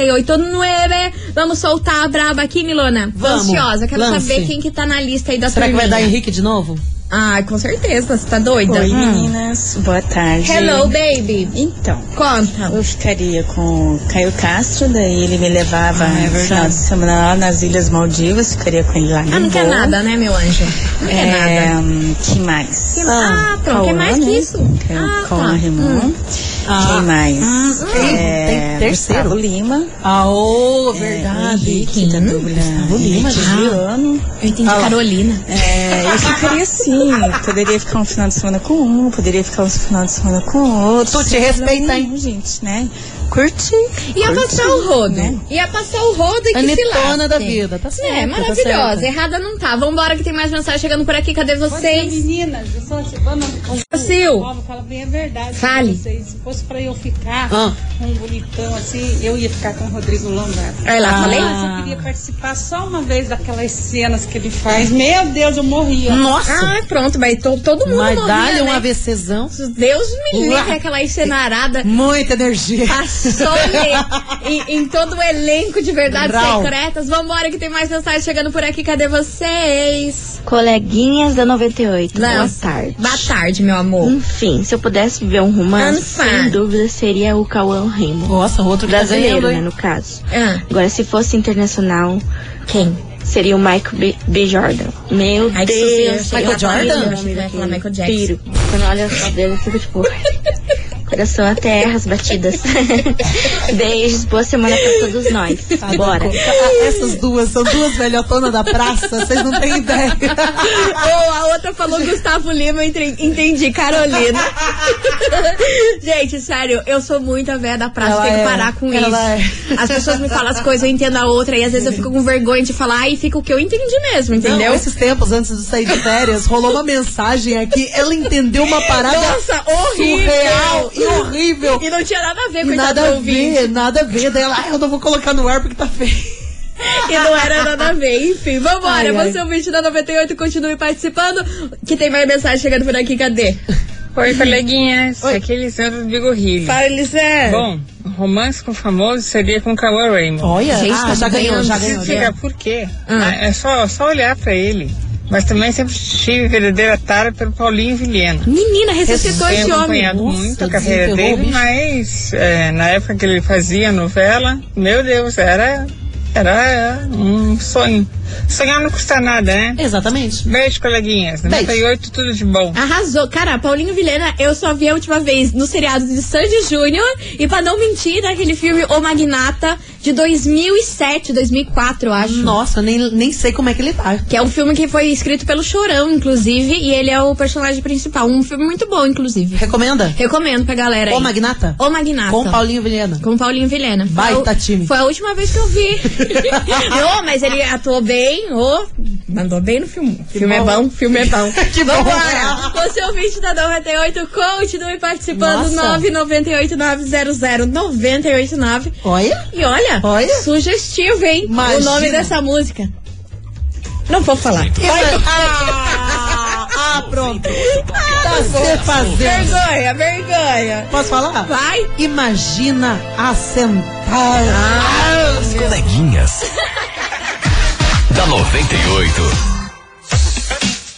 Speaker 1: 989. Vamos soltar a braba aqui, Milona.
Speaker 2: Vamos.
Speaker 1: Ansiosa, quero
Speaker 2: Lance.
Speaker 1: saber quem que tá na lista aí da
Speaker 2: Será que vai
Speaker 1: turminha.
Speaker 2: dar Henrique de novo?
Speaker 1: Ah, com certeza, você tá doida?
Speaker 11: Oi,
Speaker 1: Hum.
Speaker 11: meninas. Boa tarde.
Speaker 1: Hello, baby.
Speaker 11: Então,
Speaker 1: conta.
Speaker 11: Eu ficaria com o Caio Castro, daí ele me levava
Speaker 1: Ah, é
Speaker 11: no final
Speaker 1: verdade.
Speaker 11: de semana lá nas Ilhas Maldivas, ficaria com ele lá
Speaker 1: Ah, não quer nada, né, meu anjo? Não quer
Speaker 11: é,
Speaker 1: nada.
Speaker 11: hum, que mais?
Speaker 1: Que- ah, pronto, quer mais que isso?
Speaker 11: Quem
Speaker 1: Ah, tá.
Speaker 11: Ramon.
Speaker 1: Hum.
Speaker 11: Quem mais? É,
Speaker 2: tem- tem terceiro.
Speaker 11: Gustavo Lima.
Speaker 2: Ah, ô,
Speaker 11: É,
Speaker 2: verdade.
Speaker 11: Henrique, da dupla. Gustavo
Speaker 2: Lima,
Speaker 11: Juliano.
Speaker 1: Eu entendi
Speaker 11: Ah, lá.
Speaker 1: Carolina.
Speaker 11: É, eu ficaria assim.
Speaker 1: [laughs]
Speaker 11: Poderia ficar um final de semana com um, poderia ficar um final de semana com outro.
Speaker 2: Tu te
Speaker 11: sem
Speaker 2: respeita,
Speaker 11: problema
Speaker 2: hein?
Speaker 11: nenhum, gente, né? Curti.
Speaker 1: Ia
Speaker 11: curti,
Speaker 1: passar o rodo.
Speaker 11: é né?
Speaker 1: Ia passar o rodo e que se
Speaker 2: Anitona
Speaker 1: lasque.
Speaker 2: da vida, tá certo.
Speaker 1: É, maravilhosa. Errada não tá. Vambora que tem mais mensagem chegando por aqui. Cadê vocês?
Speaker 12: Meninas, eu sou assim, a Silvana
Speaker 1: Sil.
Speaker 12: Nova, fala bem a verdade.
Speaker 1: Fale.
Speaker 12: pra vocês. Se fosse pra eu ficar
Speaker 1: Ah.
Speaker 12: com um bonitão assim, eu ia ficar com o Rodrigo Lombardo.
Speaker 1: Olha lá, falei?
Speaker 12: Mas
Speaker 11: Ah.
Speaker 12: eu queria participar só uma vez daquelas cenas que ele faz. Meu Deus, eu morria.
Speaker 1: Ah, pronto, mas to- todo mundo
Speaker 2: Mas
Speaker 1: morria,
Speaker 2: dá-lhe
Speaker 1: né?
Speaker 2: um AVCzão.
Speaker 1: Deus me livre
Speaker 2: Uá.
Speaker 1: aquela
Speaker 2: [laughs]
Speaker 1: encenarada.
Speaker 2: Muita energia.
Speaker 1: Passou em- em, em todo o elenco de verdades
Speaker 13: Brau.
Speaker 1: secretas. Vambora que tem mais mensagem chegando por aqui. Cadê vocês?
Speaker 13: Coleguinhas da 98. Boa
Speaker 1: Lance.
Speaker 13: tarde.
Speaker 1: Boa tarde, meu amor.
Speaker 2: Hum.
Speaker 13: Enfim, se eu pudesse viver um romance,
Speaker 1: Anfa.
Speaker 13: sem dúvida seria o Cauã Raymond.
Speaker 2: Nossa,
Speaker 1: tá
Speaker 2: outro
Speaker 13: brasileiro,
Speaker 2: brasileiro,
Speaker 13: né,
Speaker 2: hein?
Speaker 13: no caso.
Speaker 1: Ah.
Speaker 13: Agora, se fosse internacional,
Speaker 1: quem?
Speaker 13: Seria o Michael B. B. Jordan. Meu
Speaker 1: Ai, que
Speaker 13: Deus.
Speaker 1: susto, eu
Speaker 13: eu
Speaker 1: achei que
Speaker 13: piro,
Speaker 1: era Michael
Speaker 13: meu amigo,
Speaker 1: Jackson,
Speaker 13: aquele
Speaker 1: vai falar Michael Jackson.
Speaker 13: Piro. Quando olha só dele, fica tipo. Coração a terra, as batidas. [laughs] Beijos, boa semana pra todos nós. Bora.
Speaker 2: Ah, Essas duas são duas velhotonas da praça, vocês não têm ideia.
Speaker 1: Ou Ah, oh, a outra falou Gustavo Lima, eu entre- entendi,
Speaker 2: [laughs]
Speaker 1: Carolina. Gente, sério, eu sou muito a véia da praça,
Speaker 2: Ela
Speaker 1: tem que
Speaker 2: é,
Speaker 1: parar com isso.
Speaker 2: ela é.
Speaker 1: As pessoas me falam as coisas, eu entendo a outra, e às vezes eu fico com vergonha de falar, e fica o que eu entendi mesmo, entendeu?
Speaker 2: Não, esses tempos, antes de sair de férias, rolou uma mensagem aqui. Ela entendeu uma parada
Speaker 1: Nossa, horrível.
Speaker 2: surreal e é horrível.
Speaker 1: E não tinha nada a ver
Speaker 2: E
Speaker 1: com
Speaker 2: nada a ver,
Speaker 1: ouvinte.
Speaker 2: nada a ver. Daí ela, ah, eu não vou colocar no ar porque tá feio.
Speaker 1: [laughs] E não era nada a ver. Enfim, vambora.
Speaker 2: Ai, ai.
Speaker 1: Você, é ouvinte da 98, continue participando. Que tem mais mensagem chegando por aqui, cadê?
Speaker 14: Oi, coleguinhas. Aqui é Lisandro do Bigorrilho.
Speaker 1: Fala, Lisandro.
Speaker 14: Bom, romance com o famoso seria com o Cauã Raymond.
Speaker 2: Olha, Gente, ah, tá já ganhou, ganhando. já ganhou,
Speaker 14: Fica,
Speaker 2: ganhou.
Speaker 14: por quê? Ah, É só, só olhar pra ele. Mas também sempre tive verdadeira tara pelo Paulinho Vilhena.
Speaker 1: Menina, ressuscitou
Speaker 14: Tenho
Speaker 1: esse homem.
Speaker 14: acompanhado
Speaker 1: Nossa,
Speaker 14: muito a carreira
Speaker 1: desenterrou o
Speaker 14: dele,
Speaker 1: bicho.
Speaker 14: mas é, na época que ele fazia novela, meu Deus, era, era um sonho. Sonhar não custa nada, né?
Speaker 2: É. Exatamente.
Speaker 14: Beijo, coleguinhas. 98, tudo de bom.
Speaker 1: Arrasou. Cara, Paulinho Vilhena, eu só vi a última vez no seriado de Sandy Júnior. E pra não mentir, naquele filme O Magnata, de 2007, 2004, eu acho.
Speaker 2: Nossa, nem, nem sei como é que ele tá.
Speaker 1: Que é um filme que foi escrito pelo Chorão, inclusive. E ele é o personagem principal. Um filme muito bom, inclusive.
Speaker 2: Recomenda?
Speaker 1: Recomendo pra galera aí.
Speaker 2: O Magnata?
Speaker 1: O Magnata.
Speaker 2: Com Paulinho Vilhena.
Speaker 1: Com Paulinho Vilhena. Foi
Speaker 2: Baita
Speaker 1: o-
Speaker 2: time.
Speaker 1: Foi a última vez que eu
Speaker 2: [laughs]
Speaker 1: vi. Ô, mas ele atuou bem. Ô, mandou bem no filme. filme é bom, filme é bom.
Speaker 2: [laughs] que bom.
Speaker 1: Vambora! Você é ouvinte da 98, continue participando.
Speaker 2: Nossa.
Speaker 1: 998-900-989.
Speaker 2: Olha.
Speaker 1: E olha, sugestivo, hein? O
Speaker 2: Imagina.
Speaker 1: nome dessa música. Não vou falar.
Speaker 2: Ah, ah, pronto. Tá se fazendo.
Speaker 1: Vergonha, vergonha.
Speaker 2: Posso falar?
Speaker 1: Vai.
Speaker 2: Imagina a sentada.
Speaker 3: As
Speaker 1: Ah,
Speaker 3: coleguinhas. da 98.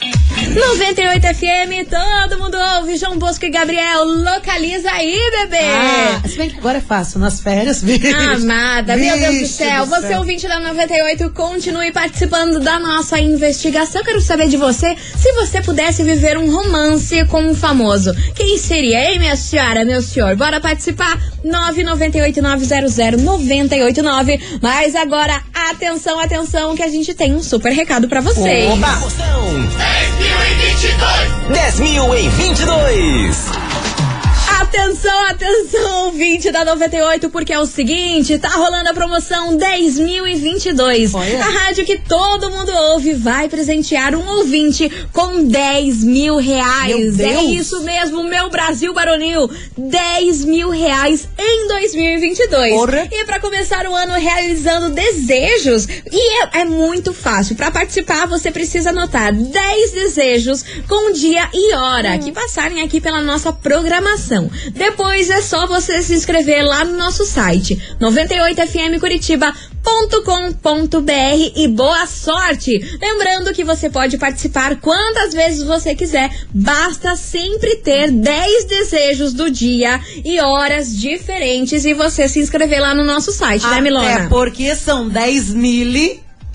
Speaker 1: 98 FM, todo mundo ouve. João Bosco e Gabriel, localiza aí, bebê.
Speaker 2: Ah, se bem que agora é fácil, nas férias, bicho.
Speaker 1: Amada, Ah, meu Deus do
Speaker 2: Bicho
Speaker 1: céu. Você ouvinte da 98, continue participando da nossa investigação. Quero saber de você se você pudesse viver um romance com um famoso. Quem seria, hein, minha senhora, meu senhor? Bora participar? 998-900-989. Mas agora, atenção, atenção, que a gente tem um super recado pra vocês.
Speaker 3: Oba! 10.022.
Speaker 1: Atenção, atenção, ouvinte da 98, porque é o seguinte, tá rolando a promoção 10.022. A rádio que todo mundo ouve vai presentear um ouvinte com 10 mil reais.
Speaker 15: Meu
Speaker 1: É
Speaker 15: Deus.
Speaker 1: isso mesmo, meu Brasil Baronil, 10 mil reais em 2022.
Speaker 15: Porra.
Speaker 1: E pra começar o ano realizando desejos, e é, é muito fácil. Pra participar, você precisa anotar 10 desejos com dia e hora que passarem aqui pela nossa programação. Depois é só você se inscrever lá no nosso site 98fmcuritiba.com.br e boa sorte! Lembrando que você pode participar quantas vezes você quiser, basta sempre ter 10 desejos do dia e horas diferentes e você se inscrever lá no nosso site, né,
Speaker 2: É
Speaker 1: Milona?
Speaker 2: porque são 10 mil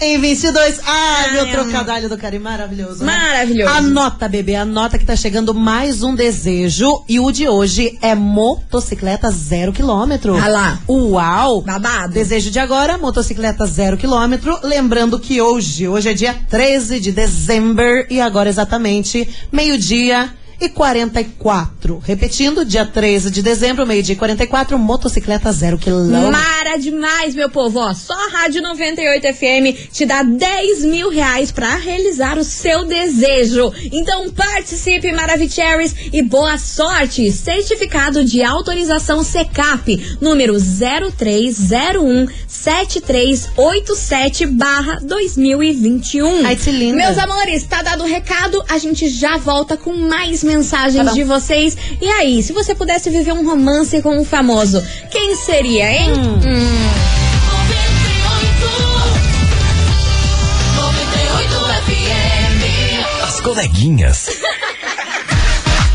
Speaker 2: em 22. Ah,
Speaker 1: Ai,
Speaker 2: meu
Speaker 1: amor.
Speaker 2: trocadilho do Karim, maravilhoso. né?
Speaker 1: Maravilhoso.
Speaker 2: Anota, bebê, anota que tá chegando mais um desejo. E o de hoje é motocicleta zero quilômetro.
Speaker 1: Ah lá.
Speaker 2: Uau.
Speaker 1: Babado.
Speaker 2: Desejo de agora, motocicleta zero quilômetro. Lembrando que hoje, hoje é dia 13 de dezembro. E agora exatamente meio-dia. E 44. Repetindo, dia 13 de dezembro, meio-dia e 44, motocicleta zero quilômetro.
Speaker 1: Mara demais, meu povo. Ó, só a Rádio 98 FM te dá 10 mil reais pra realizar o seu desejo. Então participe, Maravicheries, e boa sorte! Certificado de autorização CECAP, número 03017387 barra 2021. Ai,
Speaker 2: que linda.
Speaker 1: Hum. Meus amores, tá dado o recado, a gente já volta com mais mensagens
Speaker 2: Tá bom.
Speaker 1: de vocês. E aí, se você pudesse viver um romance com um famoso, quem seria, hein? Hum.
Speaker 15: 98 FM.
Speaker 3: As coleguinhas.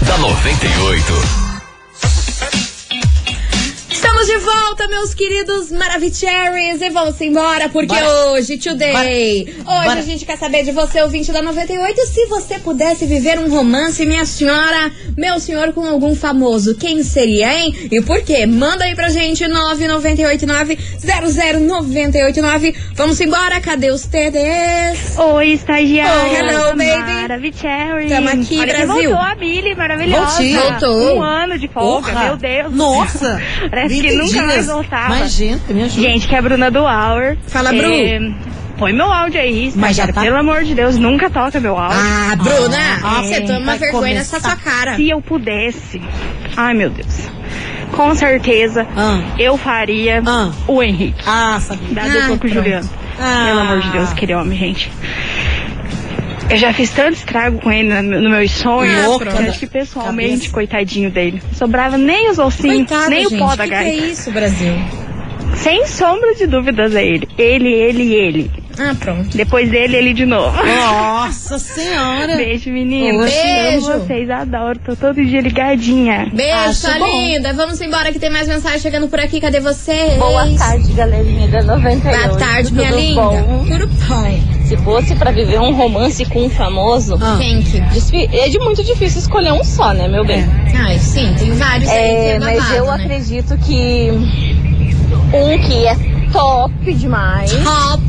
Speaker 3: da 98.
Speaker 1: Estamos de volta, meus queridos Maravicheries. E vamos embora, porque
Speaker 15: Bora.
Speaker 1: hoje, today, hoje
Speaker 15: Bora.
Speaker 1: a gente quer saber de você, ouvinte da 98, se você pudesse viver um romance, minha senhora, meu senhor, com algum famoso, quem seria, hein? E por quê? Manda aí pra gente, 998900989. Vamos embora, cadê os TDs?
Speaker 16: Oi, estagiária.
Speaker 1: Oh, hello, baby.
Speaker 16: Maravicherry.
Speaker 1: Tamo aqui,
Speaker 16: Olha que
Speaker 1: Brasil.
Speaker 16: Voltou a Billy, maravilhosa.
Speaker 1: Voltei. Voltou.
Speaker 16: Um ano de folga,
Speaker 1: Porra.
Speaker 16: meu Deus.
Speaker 1: Nossa,
Speaker 16: Parece que
Speaker 1: 20
Speaker 16: nunca
Speaker 1: dias.
Speaker 16: mais voltava.
Speaker 1: Imagina, me ajuda.
Speaker 16: Gente, que é a Bruna do Hour. É,
Speaker 1: Fala, Bru.
Speaker 16: Põe meu áudio aí,
Speaker 1: Mas já
Speaker 16: estagiária.
Speaker 1: tá-
Speaker 16: Pelo amor de Deus, nunca toca meu áudio.
Speaker 1: Ah, Bruna, você toma uma vergonha nessa sua cara.
Speaker 16: Se eu pudesse. Ai, meu Deus. Com certeza, eu faria o Henrique.
Speaker 2: Ah, sabia.
Speaker 16: Da
Speaker 1: Ah,
Speaker 16: dupla com o
Speaker 1: pronto.
Speaker 16: Juliano.
Speaker 1: Ah.
Speaker 16: Pelo amor de Deus, aquele homem, gente. Eu já fiz tanto estrago com ele né, no- nos meus sonhos.
Speaker 1: Ah,
Speaker 16: que
Speaker 1: pronto.
Speaker 16: acho que pessoalmente, coitadinho dele. não Sobrava nem os ossinhos,
Speaker 1: Coitado,
Speaker 16: nem o pó
Speaker 1: gente,
Speaker 16: da
Speaker 1: que que é
Speaker 16: gaita.
Speaker 1: isso, Brasil?
Speaker 16: Sem sombra de dúvidas é ele. Ele, ele e ele.
Speaker 1: Ah, pronto.
Speaker 16: Depois dele, ele de novo.
Speaker 2: Nossa senhora.
Speaker 16: Beijo, menino.
Speaker 1: Oxe. Beijo.
Speaker 16: Amo vocês, adoro. Tô todo dia ligadinha.
Speaker 1: Beijo, sua linda. Vamos embora que tem mais mensagem chegando por aqui. Cadê você?
Speaker 17: Boa tarde, galerinha da 98.
Speaker 1: Boa tarde,
Speaker 17: Tudo
Speaker 1: minha linda.
Speaker 17: Bom?
Speaker 1: Tudo bom.
Speaker 17: Se fosse pra viver um romance com um famoso,
Speaker 1: Quem que?
Speaker 17: desfi- é de muito difícil escolher um só, né, meu bem?
Speaker 1: Ai, sim, tem vários aí que
Speaker 17: é,
Speaker 1: é
Speaker 17: Mas
Speaker 1: babado,
Speaker 17: eu
Speaker 1: né?
Speaker 17: acredito que um que é top demais.
Speaker 1: Top!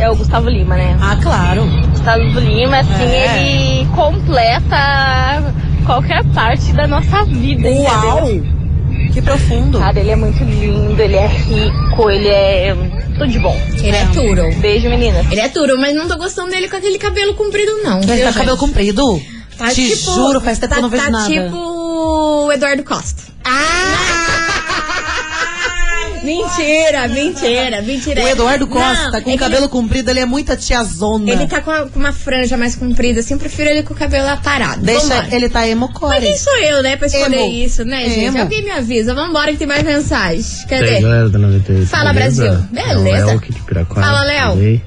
Speaker 17: É o Gustavo Lima, né?
Speaker 2: Ah, claro.
Speaker 17: Gustavo Lima, assim,
Speaker 2: É.
Speaker 17: ele completa qualquer parte da nossa vida.
Speaker 2: Uau! Que profundo.
Speaker 17: Cara, ele é muito lindo, ele é rico, ele é tudo de bom.
Speaker 1: Ele é turo.
Speaker 17: Beijo, meninas.
Speaker 1: Ele é turo, mas não tô gostando dele com aquele cabelo comprido, não.
Speaker 2: Mas
Speaker 1: viu,
Speaker 2: tá
Speaker 1: gente?
Speaker 2: cabelo comprido?
Speaker 1: Tá
Speaker 2: Te
Speaker 1: tipo-
Speaker 2: juro, faz tempo que eu não
Speaker 1: tá- tá
Speaker 2: vejo nada.
Speaker 1: tipo o Eduardo Costa.
Speaker 2: Ah!
Speaker 1: [laughs] Mentira, mentira, mentira.
Speaker 2: O Eduardo
Speaker 1: Não,
Speaker 2: Costa, com
Speaker 1: é que
Speaker 2: cabelo comprido, ele é muita tiazona.
Speaker 1: Ele tá com, a- com uma franja mais comprida, assim, eu prefiro ele com o cabelo aparado.
Speaker 2: Deixa,
Speaker 1: Vambora.
Speaker 2: ele tá emocore.
Speaker 1: Mas quem sou eu, né, pra escolher
Speaker 2: Emo.
Speaker 1: isso, né, gente?
Speaker 2: Emo.
Speaker 1: Alguém me avisa, vambora que tem mais mensagem.
Speaker 18: E aí,
Speaker 1: Cadê?
Speaker 18: galera da 98.
Speaker 1: Fala, Brasil. Beleza.
Speaker 18: né? É o Léo aqui de Piraquara.
Speaker 1: Fala, Léo.
Speaker 18: tudo bem?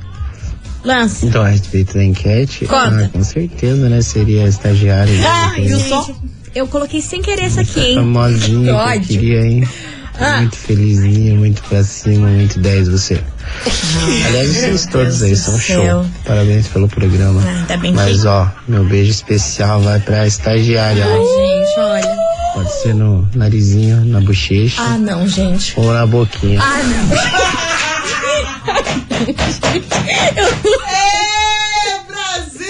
Speaker 1: Lance.
Speaker 18: Então, a respeito da enquete,
Speaker 1: Conta.
Speaker 18: ah, com certeza, né? Seria estagiário.
Speaker 1: Ah,
Speaker 18: né?
Speaker 1: gente, eu coloquei sem querer isso aqui, hein? Ah.
Speaker 18: Famosinho que eu queria, hein? Muito felizinho, muito pra cima, muito 10
Speaker 1: [laughs]
Speaker 18: você. Aliás, vocês todos aí são show. Parabéns pelo programa.
Speaker 1: Ah, tá bem
Speaker 18: Mas
Speaker 1: feito.
Speaker 18: ó, meu beijo especial vai pra estagiária.
Speaker 1: Ai, tá, gente, olha.
Speaker 18: Pode ser no narizinho, na bochecha
Speaker 1: Ah, não, gente.
Speaker 18: ou na boquinha.
Speaker 1: Ah,
Speaker 2: É, Brasil!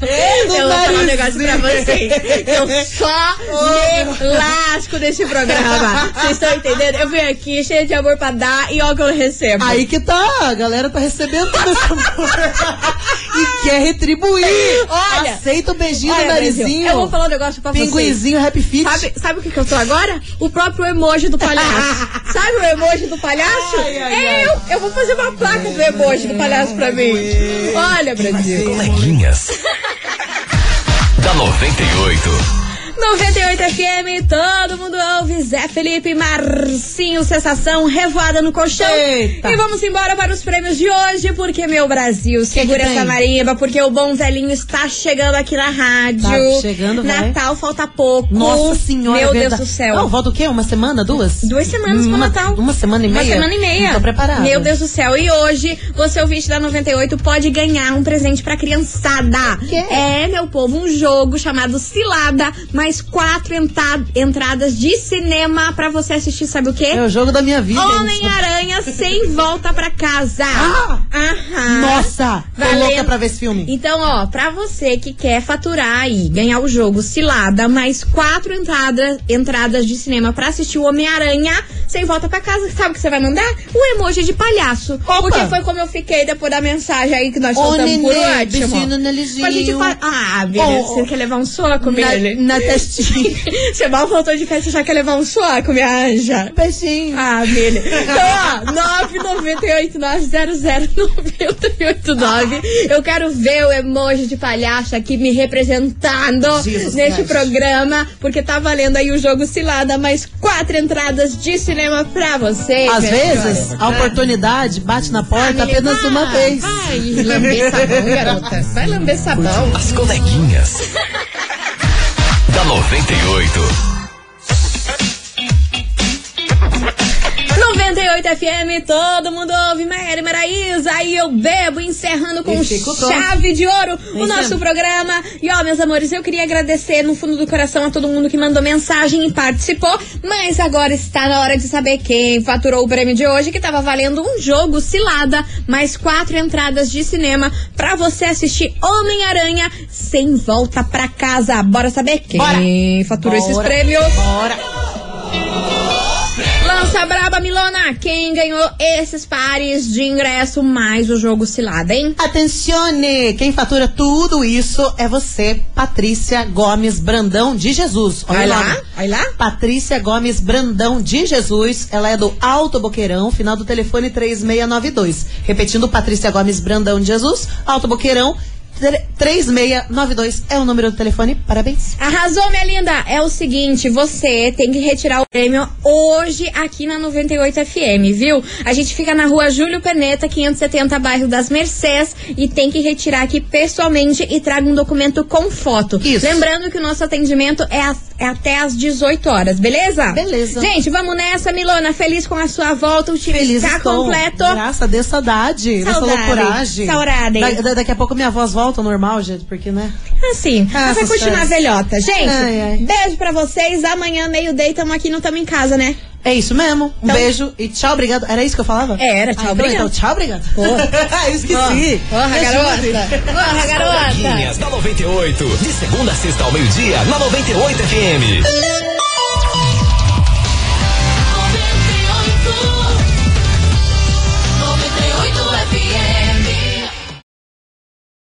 Speaker 2: É, do
Speaker 1: Eu vou falar um
Speaker 2: narizinho.
Speaker 1: negócio pra vocês. Eu só
Speaker 2: Oh.
Speaker 1: me lasco desse programa. Vocês estão entendendo? Eu venho aqui cheia de amor pra dar e ó que eu recebo.
Speaker 2: Aí que tá, a galera tá recebendo [laughs] todo esse amor. e quer retribuir.
Speaker 1: Olha,
Speaker 2: Aceita o beijinho
Speaker 1: olha,
Speaker 2: do narizinho.
Speaker 1: Brasil, eu vou falar um negócio pra vocês.
Speaker 2: Pinguinzinho, happy fit.
Speaker 1: Sabe, sabe o que, que eu sou agora? O próprio emoji do
Speaker 2: [laughs]
Speaker 1: palhaço. sabe o emoji do palhaço? é eu. Eu vou fazer uma placa do emoji do palhaço pra mim. Olha, Brasil.
Speaker 3: Coleguinhas. da 98.
Speaker 1: 98 FM, todo mundo ouve. Zé Felipe, Marcinho, Sensação, Revoada no Colchão. E vamos embora para os prêmios de hoje, porque, meu Brasil, segura
Speaker 2: tem?
Speaker 1: essa marimba, porque o bom velhinho está chegando aqui na rádio.
Speaker 2: Tá chegando, vai.
Speaker 1: Natal falta pouco.
Speaker 2: Nossa senhora,
Speaker 1: Meu
Speaker 2: é verdade.
Speaker 1: Deus do céu.
Speaker 2: Não, volta o quê? Uma semana, duas?
Speaker 1: Duas semanas pro
Speaker 2: uma,
Speaker 1: Natal.
Speaker 2: Uma semana e meia?
Speaker 1: Uma semana e meia.
Speaker 2: Não tô preparada.
Speaker 1: Meu Deus do céu. E hoje, você ouvinte da 98 pode ganhar um presente pra criançada. É, meu povo, um jogo chamado Cilada, mais quatro enta- entradas de cinema pra você assistir, sabe o quê?
Speaker 2: É o jogo da minha vida.
Speaker 1: Homem-Aranha sem volta pra casa.
Speaker 2: Ah!
Speaker 1: Aham.
Speaker 2: Nossa, tô
Speaker 1: Valendo.
Speaker 2: louca pra ver esse filme.
Speaker 1: Então, ó, pra você que quer faturar aí, ganhar o jogo Cilada, mais quatro entrada, entradas de cinema pra assistir o Homem-Aranha, sem volta pra casa, sabe o que você vai mandar? O emoji de palhaço. Porque foi como eu fiquei depois da mensagem aí que nós
Speaker 2: Ô,
Speaker 1: soltamos por
Speaker 2: nenê,
Speaker 1: último.
Speaker 2: beijinho no narizinho.
Speaker 1: Pra gente fa- Ah,
Speaker 2: Ô,
Speaker 1: beleza,
Speaker 2: ô.
Speaker 1: você quer levar um soco,
Speaker 2: Na-
Speaker 1: Mili?
Speaker 2: na testinha.
Speaker 1: [laughs] você mal voltou de festa, já quer levar um soco, minha anja.
Speaker 2: Beijinho.
Speaker 1: Ah, Mili. Então, ó, 998900989. Eu quero ver o emoji de palhaço aqui me representando
Speaker 2: Jesus
Speaker 1: neste
Speaker 2: Christ.
Speaker 1: programa, porque tá valendo aí o jogo Cilada, mais quatro entradas de cinema pra você.
Speaker 2: Às
Speaker 1: minha
Speaker 2: vezes,
Speaker 1: senhora.
Speaker 2: a oportunidade bate na porta
Speaker 1: Mili,
Speaker 2: apenas
Speaker 1: vai,
Speaker 2: uma vez.
Speaker 1: Vai lamber sabão, garota. Vai lamber sabão.
Speaker 3: As coleguinhas. da 98.
Speaker 1: 98 FM, todo mundo ouve, Maíra e Maraísa, aí eu bebo, encerrando com
Speaker 2: E fico é. tonto.
Speaker 1: chave de ouro o
Speaker 2: Isso.
Speaker 1: nosso programa. E ó, meus amores, eu queria agradecer no fundo do coração a todo mundo que mandou mensagem e participou, mas agora está na hora de saber quem faturou o prêmio de hoje, que tava valendo um jogo cilada, mais quatro entradas de cinema pra você assistir Homem-Aranha sem volta pra casa. Bora saber quem
Speaker 2: Bora.
Speaker 1: faturou esses
Speaker 2: Bora.
Speaker 1: prêmios?
Speaker 2: Bora.
Speaker 1: Lança a braba, Milona! Quem ganhou esses pares de ingresso mais o jogo cilada, hein?
Speaker 2: Atencione! Quem fatura tudo isso é você, Patrícia Gomes Brandão de Jesus.
Speaker 1: Vai lá,
Speaker 2: olha lá. Patrícia Gomes Brandão de Jesus, ela é do Alto Boqueirão, final do telefone 3692. Repetindo, Patrícia Gomes Brandão de Jesus, Alto Boqueirão, 3692 é o número do telefone. Parabéns.
Speaker 1: Arrasou, minha linda! É o seguinte, você tem que retirar o prêmio hoje aqui na 98 FM, viu? A gente fica na rua Júlio Peneta, 570, bairro das Mercês, e tem que retirar aqui pessoalmente e traga um documento com foto. Isso. Lembrando que o nosso atendimento é, a- é até às 18 horas, beleza?
Speaker 2: Beleza.
Speaker 1: Gente, vamos nessa, Milona. Feliz com a sua volta, o time
Speaker 2: Feliz
Speaker 1: está
Speaker 2: estou.
Speaker 1: tá completo.
Speaker 2: Graças a Deus, saudade. dessa
Speaker 1: Saudade.
Speaker 2: loucuragem.
Speaker 1: Saudade.
Speaker 2: Da- da- daqui a pouco minha voz volta ao normal, gente, porque, né?
Speaker 1: Assim,
Speaker 2: Ah,
Speaker 1: mas vai
Speaker 2: essas
Speaker 1: continuar
Speaker 2: coisas.
Speaker 1: velhota. Gente,
Speaker 2: Ai, ai.
Speaker 1: beijo pra vocês. Amanhã, meio-day, tamo aqui, não tamo em casa, né?
Speaker 2: É isso mesmo. Um beijo e tchau, obrigado. Era isso que eu falava?
Speaker 1: Então- É, era tchau,
Speaker 2: Ah, então,
Speaker 1: obrigado.
Speaker 2: Então, tchau, obrigado. [laughs]
Speaker 1: Porra.
Speaker 2: eu esqueci.
Speaker 1: Porra,
Speaker 2: Me ajuda.
Speaker 1: garota. Porra, garota.
Speaker 3: Coleguinhas da 98. De segunda a sexta ao meio-dia, na 98 FM.